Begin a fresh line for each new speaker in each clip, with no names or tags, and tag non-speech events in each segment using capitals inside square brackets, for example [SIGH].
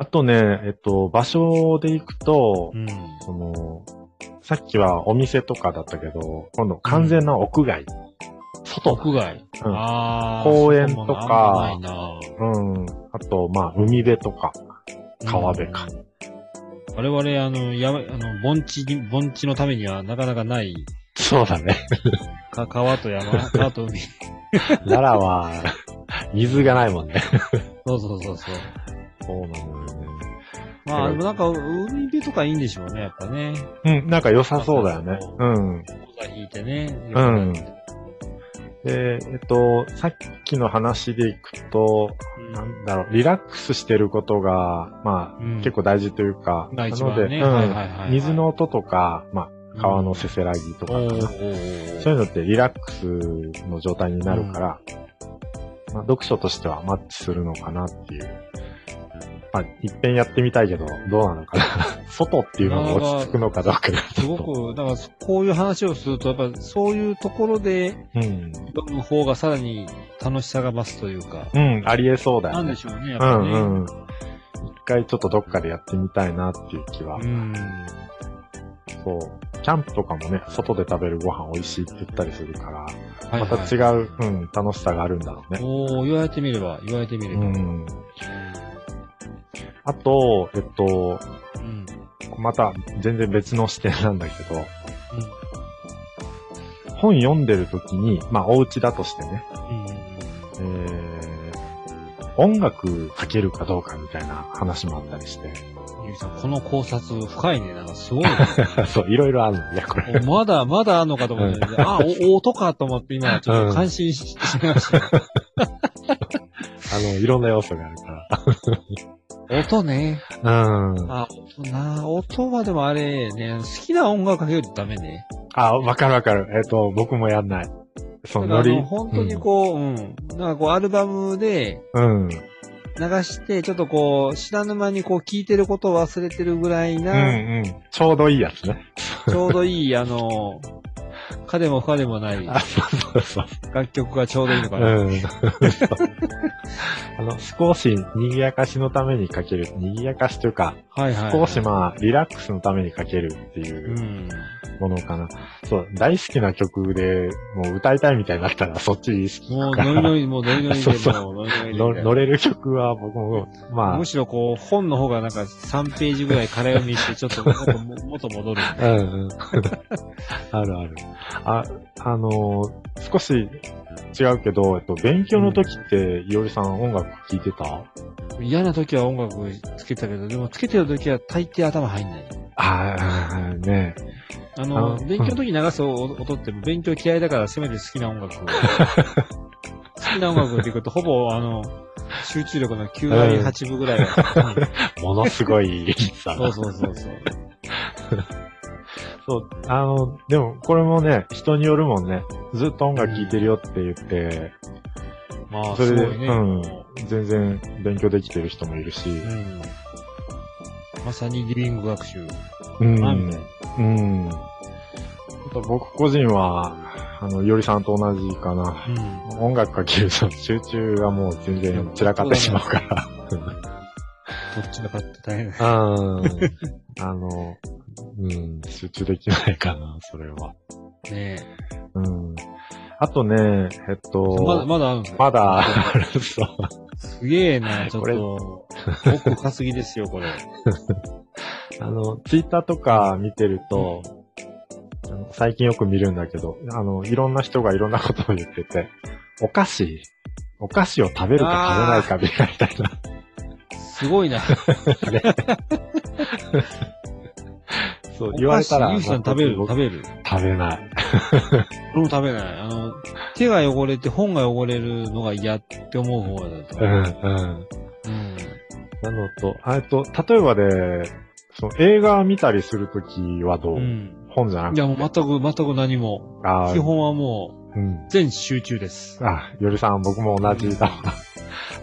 あとね、えっと、場所で行くと、
うん。
その、さっきはお店とかだったけど、今度完全な屋外。外
屋外。
うん
ああ。
公園とか
そこもあんまないな
うん。あと、まあ、海辺とか、川辺か。
我々、あの、や、あの、盆地に、盆地のためにはなかなかない、
そうだね。
か、川
[LAUGHS]
と山、川と海。
奈良 [LAUGHS] は、水がないもんね。
そうそうそうそう。
そうなのよね。
まあ、でもなんか、海辺とかいいんでしょうね、やっぱね。
うん、なんか良さそうだよね。うん。
講座引いてね。
うんで、えっと、さっきの話でいくと、なんだろう、リラックスしてることが、まあ、結構大事というか、
ま
な
あ一
の
番
で、
ね
うん
はいはいはいはい
水の音とか、まあ、川のせせらぎとかかな、
うんおーお
そう
ーおー
いうのってリラックスの状態になるから、まあ、読書としてはマッチするのかなっていう。まあ、一遍やってみたいけど、どうなのか
[LAUGHS]
な。外っていうのが落ち着くのかどうかがち
す
ょっ
ご
と。
く、だから、こういう話をすると、やっぱ、そういうところで
うん。
読む方がさらに楽しさが増すというか、
うん、ありえそうだ
な
よ
んで
ね。
しょうね、やっ
う
ぱね。
んうん。一回ちょっとどっかでやってみたいなっていう気は。
うん
そう。キャンプとかもね、外で食べるご飯美味しいって言ったりするから、
はい
ま
はい
た違う、うん、楽しさがあるんだろうね。
おお言われてみれば、言われてみれ
う
ば。
ん。あと、えっと、
うん
また全然別の視点なんだけど、本読んでる時に、まあお家だとしてね、
うん
えー、音楽かけるかどうかみたいな話もあったりして、 [LAUGHS]
ゆうきさん、この考察深いね。なんかすごいね。
そう、いろいろあるんだよ、これ。
おまだ、まだあんのかと思って、あ、お、音かと思って今、ちょっと感心ししま
[LAUGHS]
した。
あの、いろんな要素があるか
音ね。
ら。うん。
あ、音な、音はでもあれね、好きな音楽かけるとダメね。
あ、わかるわかる。えっ、と、僕もやんない。そ
だ
う、ノ
からあの
リ。
本当にこう、うん、なんかこう、アルバムで
うん。うん。
流して、ちょっとこう、知らぬ間にこう、聴いてることを忘れてるぐらい
うん
な、
うん。ちょうどいいやつね。 [LAUGHS]
ちょうどいい、あの、かでも不可でもない
あ、 [LAUGHS] そうそうそう。
楽曲がちょうどいいのかな。
うん。 [LAUGHS] あの、少し賑やかしのためにかける。賑やかしというか、
はいはい、
少しまあ、リラックスのためにかけるって
う。
いうんものかな。そう、大好きな曲でもう歌いたいみたいになったら、そっち意識
もう、ノリノリ、もうノリノリ
[LAUGHS]
で、
そうそう
もうノリノリで。
の乗れる曲は僕も、ま
むしろこう、本の方がなんか3ページぐらい空読みし
[LAUGHS]
て、ちょっと元も元戻る。
あ、うん [LAUGHS] うん。あるある。あ、あのー少し違うけど、えっと、勉強の時って、いおりさん音楽聴いてた
嫌な時は音楽つけたけど、でもつけてる時は大抵頭入んない。
ああ、ね
あの、
あ
勉強の時流す音って勉強嫌いだからせめて好きな音楽
[LAUGHS]
を。好きな音楽っていうこと、ほぼあの、集中力の9割8分ぐらい
[LAUGHS]
は。
[LAUGHS] ものすごいさ。
そうそうそうそう。
そう。あの、でも、これもね、人によるもんね。ずっと音楽聴いてるよって言って、
まあ、
それ
す
で
ごいね。
うん全然勉強できてる人もいるし。
うんまさにリビング学習。
うん。う
な
ん
んで。
ん。あと僕個人は、あの、いおりさんと同じかな。
うん
音楽かけると集中がもう全然散らかってしまうから。
どっちが勝って大変だ。
うん。 [LAUGHS] あの、うん、集中できないかな、それは。
ね
うん。あとね、えっ
え。まだ、
と、
まだあるんですか
まだ、あるそう。
すげえな、ちょっ
これ
と。奥深すぎですよ、これ。
あの、ツイッターとか見てると、あの最近よく見るんだけど、あの、いろんな人がいろんなことを言ってて、お菓子、お菓子を食べるか食べないかみたいな。
すごいな。
そう、 [LAUGHS] 言われたら。
ゆうきさん食べる
僕
食べる
食べない。
俺も食べない。あの、手が汚れて本が汚れるのが嫌って思う方だと
う
思
ん、
う。
うん。
うん。
なのと、あえっと、例えばで、その映画見たりするときはどう、
うん。
本じゃなく
い
て。
や、もう全く、全く何も。
あー
基本はも
う
う、
ん。
全集中です。
あ、よりさん、僕も同じだ。 [LAUGHS]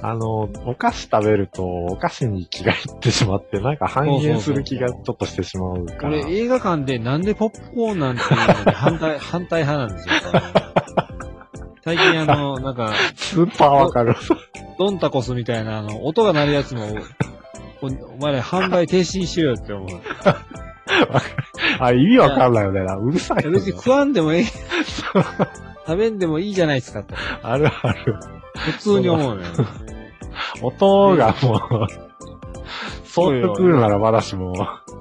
あの、お菓子食べると、お菓子に気がいってしまって、なんか半減する気がちょっとしてしまうから。
俺、映画館でなんでポップコーンなんていうのに
[LAUGHS]
反対、反対派なんですよ。最近あの、なんか、
スーパーわかる。
ドンタコスみたいな、あの、音が鳴るやつも、おお前ら販売停止にしようよって思う。い
あ、意味わかんないよね。うるさい
や
よね。
別に食わんでもええ。食べんでもいいじゃないですかと。
あるある。
普通に思うのよ。
音が
[LAUGHS]
もう、そうってくるならまだしも、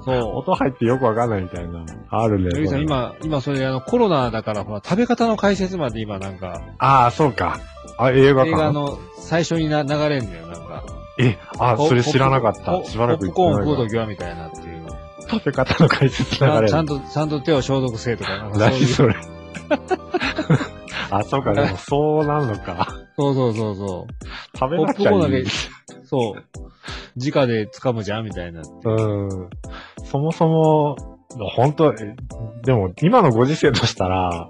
そ
音入ってよくわかんないみたいな。あるね
う。。ゆりさん、今、今それ、あの、コロナだから、ほら、食べ方の解説まで今、なんか、
ああ、そうか。あ、映画
映画
館。
の最初にな流れんだよ、なんか。
え、あ、それ知らなかっ
ポ
た。しばらく
ポップコーン食
行
う
って
と
ない
きはみたいなっていう。
な食べ方の解説
ち
流れ
ゃん
る
ちゃんと、ちゃんと手を消毒せえとか、なんかそうい
何
う。そ
それ。 [LAUGHS] あ、そうか、でもそうなるのか。
うそうそうそ
食べなきゃ
ポップコーンだ
いい
け。う。そう。直で掴むじゃんみたいな。
うん。そもそも、本当えでも今のご時世としたら、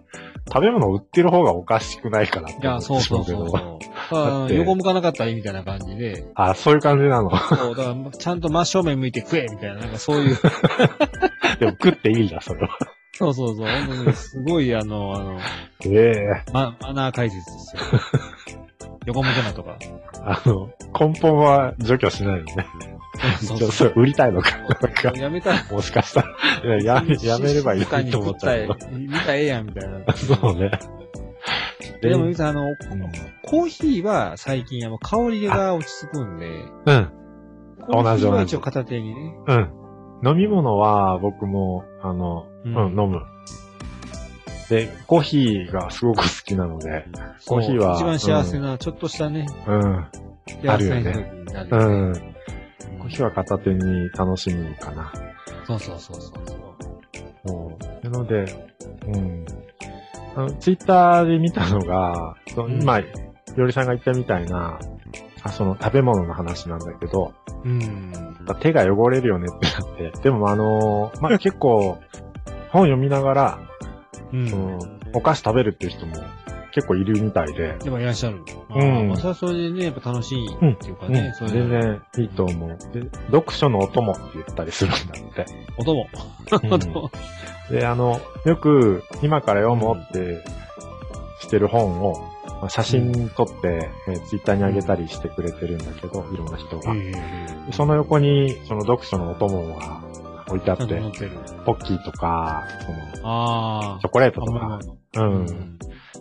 食べ物売ってる方がおかしくないかなって
いや、そ
思っ
う
てしま
そうう
け
そう
ど。
そう。あ
だっ
の
て
横向かなかったらいいみたいな感じで。
あ、そういう感じなの。 [LAUGHS]
そう、だから、ちゃんと真正面向いて食えみたいな、なんかそう
[LAUGHS]
いう。
でも食っていいんだ、それは。
そうそうそう。本当にねすごい、あの、あの、
ええ
ママナー解説ですよ。横向けなとか。
あの、根本は除去しないのね。
そう
ち
そ
ょ
う
それ売りたいのか。なんか、
やめたら、
もしかしたら、
[LAUGHS]
いややめやめればいいと思ったけど。
静かに食らえ見たらええやん、みたいな。
そうね。
で
う
も、ゆ
ん
うさん、あの、コーヒーは最近、あの、香りが落ち着くんで、
うん、
コーヒーは
同じ
一応片手にね。
うん。飲み物は僕も、あの、
う
うん、飲む。で、コーヒーがすごく好きなので、
そう
コーヒーは
一番幸せな、ちょっとしたね、
うん、あ
幸
る
せ
よ
な
ね
時になる
う
よね。
ん。コーヒーは片手に楽しむかな。
そうそうそうそうそう。
そう。なので、うん。あの、ツイッターで見たのが、その
うん
今、よりさんが言ったみたいな、あその食べ物の話なんだけど、
うん。
やっぱ手が汚れるよねってなって、でもあのーまあ、結構、本読みながら、
うん
そのお菓子食べるっていう人も結構いるみたいで、
でもいらっしゃる。
うん
まあ、それはそれでね、やっぱ楽しいっていうかね、
うん
それ
全然いいと思う。で、読書のお供って言ったりするんだって。
お供。 [LAUGHS] お供。
で、あの、よく今から読もうってしてる本を、まあ写真撮って、えツイッター Twitter に上げたりしてくれてるんだけど、いろんな人が。
ええ
でその横に、その読書のお供が置いてあっ
ちゃんと乗
て
っ、てる。
ポッキーとか、その、
あ
チョコレート
あ。
と
甘
か、
いも
う
の。
ん、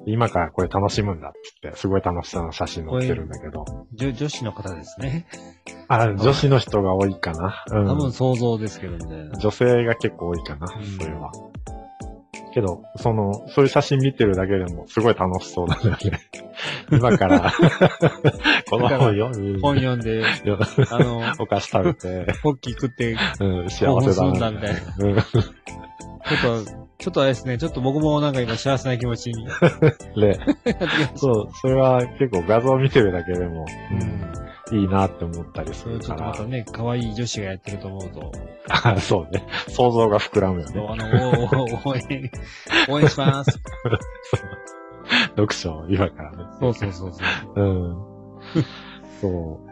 今からこれ楽しむんだって言って、すごい楽しそうな写真載ってるんだけど。
女女子の方ですね。
あ、女子の人が多いかな。う
多
ん。
分想像ですけど、みたいな。
女性が結構多いかな、
うん
それは。けど、その、そういう写真見てるだけでもすごい楽しそうだ
[LAUGHS]
よね。今から、この本読み、
本読んで、あの、
お菓子食べて、
ポッキー食って、 [LAUGHS]
うん、幸せだ
興奮するんだみたい
な。うん
ちょっと、ちょっとあれですね、ちょっと僕もなんか今幸せな気持ちになって
で、
きまし
[LAUGHS]
た。
そう、それは結構画像見てるだけでも、
う
うん
ん。
いいなって思ったりす
それ
る
をち
か
ょっとまた
ら。
ね、可愛い女子がやってると思うと、
あそうね。想像が膨らむよ
そう
ね。
あの、おお応
[LAUGHS]
援、応援します。
読書を今からね。
そうそうそうそう。
うん。そう。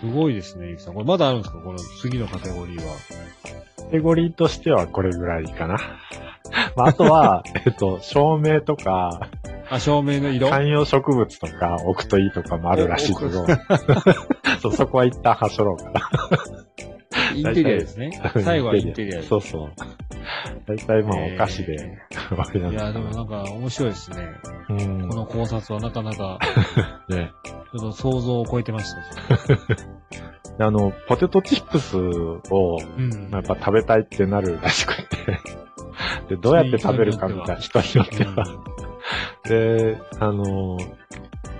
すごいですね、ゆきさん。これまだあるんですかこの次のカテゴリーは。
カテゴリーとしてはこれぐらいかな。まあ、あと [LAUGHS] は、えっと、照明とか、
あ、照明の色
観葉植物とか置くといいとかもあるらしいけど、 [LAUGHS] そうそこは一旦はしょろうかな。
インテリアですね。最後はインテリアです。
そうそう。大体まあお菓子で、わけなん
い
だ
や、
け
で
ど
もなんか面白いですね。
うん
こ。の考察はなかなか、
ね。
ちょっと想像を超えてまし
[LAUGHS]
た。
であの、ポテトチップスを、
うん。
まあやっぱ食べたいってなるらしく [LAUGHS] て。で、どうやって食べるかみたいな人によっては。で、あの、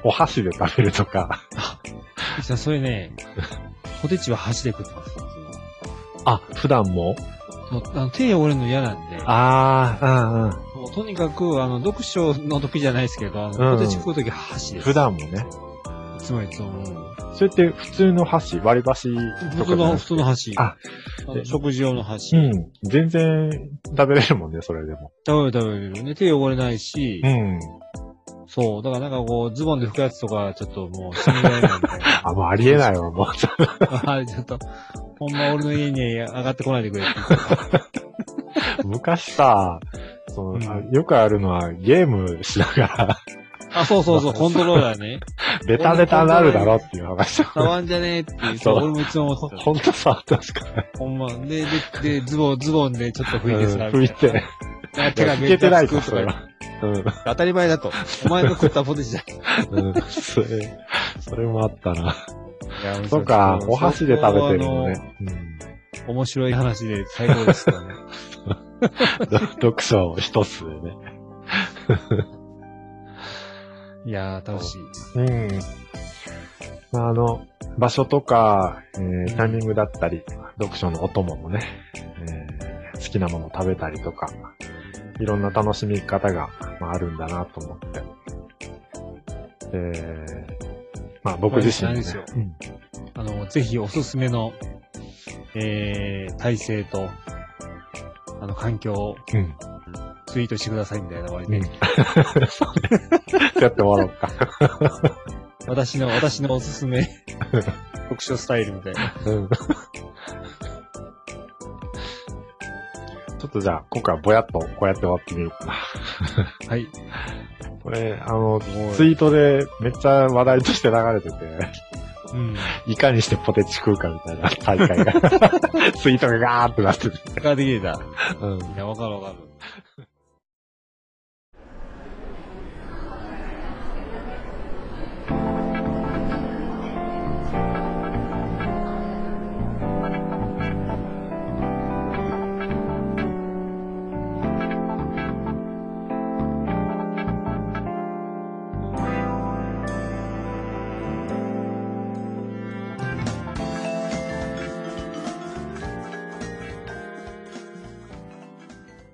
お箸で食べるとか、
ゆきさん、それね、ポテチは箸で食ってます。
あ、普段も
もうあの手汚れるの嫌なんで、
ああ、
もうとにかく、あの、読書の時じゃないですけど、あ
うん
のポテチ食う時は箸
うんう
で
ん。
す。
普。段もね。
いつもいつも。うん
それって普通の箸、割り箸とかじゃ
普通
な
の、
くて
普通の箸。
あ
あの食事用の箸。
うん。全然食べれるもんね、それでも。
食べる食べるね。手汚れないし、
うん。
そう。だからなんかこう、ズボンで拭くやつとか、ちょっともう、死にないなんで。 [LAUGHS]
あ、もうありえないわ、もう。 [LAUGHS]
あれちょっと、ほんま俺の家に上がってこないでくれって。
昔さ、その、
うん [LAUGHS]
あよくあるのはゲームしながら、
あ、そうそう
[LAUGHS]
そう、コントローラーね。
ベタベタなるだろっていう話を。
触んじゃねえっていう、そう、
そう
俺もいつも思って
ほんとさ、確かに。
た。ほんま。で、で、で、ズボン、ズボンでちょっと拭いてさ、
うん拭いて。
みたいな。なんか手が
い
め
け
っち
て
ゃ
な
つ
い
く
と、
と
そ
か
れ
言って
は。うん。
当たり前だと。お前の食ったポテ
[LAUGHS]
チだ。
うん、それ、それもあったな。
いや
そうか、お箸で食べてるの。
そこ
ね。うん。
あの面白い話で最高ですからね。
ど読書一つでね。
いやー、楽しい。
うん。まあ、あの、場所とか、えータイミングだったり、読書のお供もね、えー好きなもの食べたりとか、いろんな楽しみ方が、まあ、あるんだなと思って。えーまあ僕自身、ね
これあれですよ
うん
あの、ぜひおすすめの、えー、体制と、あの、環境を
うん。
ツイートしてくださいみたいな割
う
で、
ん。そうね。 [LAUGHS] やってもらおうか。
私の、私のおすすめ、
[LAUGHS]
読書スタイルみたいな。
うん。ちょっとじゃあ、今回はぼやっとこうやって終わってみようかな。
はい。
これ、あの、ツ
ツ
イ
イ
ートでめっちゃ話題として流れてて、
うん。
いかにしてポテチ食うかみたいな大 [LAUGHS] 会が、ツイートがガーってなってて。
ができれた。
うん
いや、わかるわかる。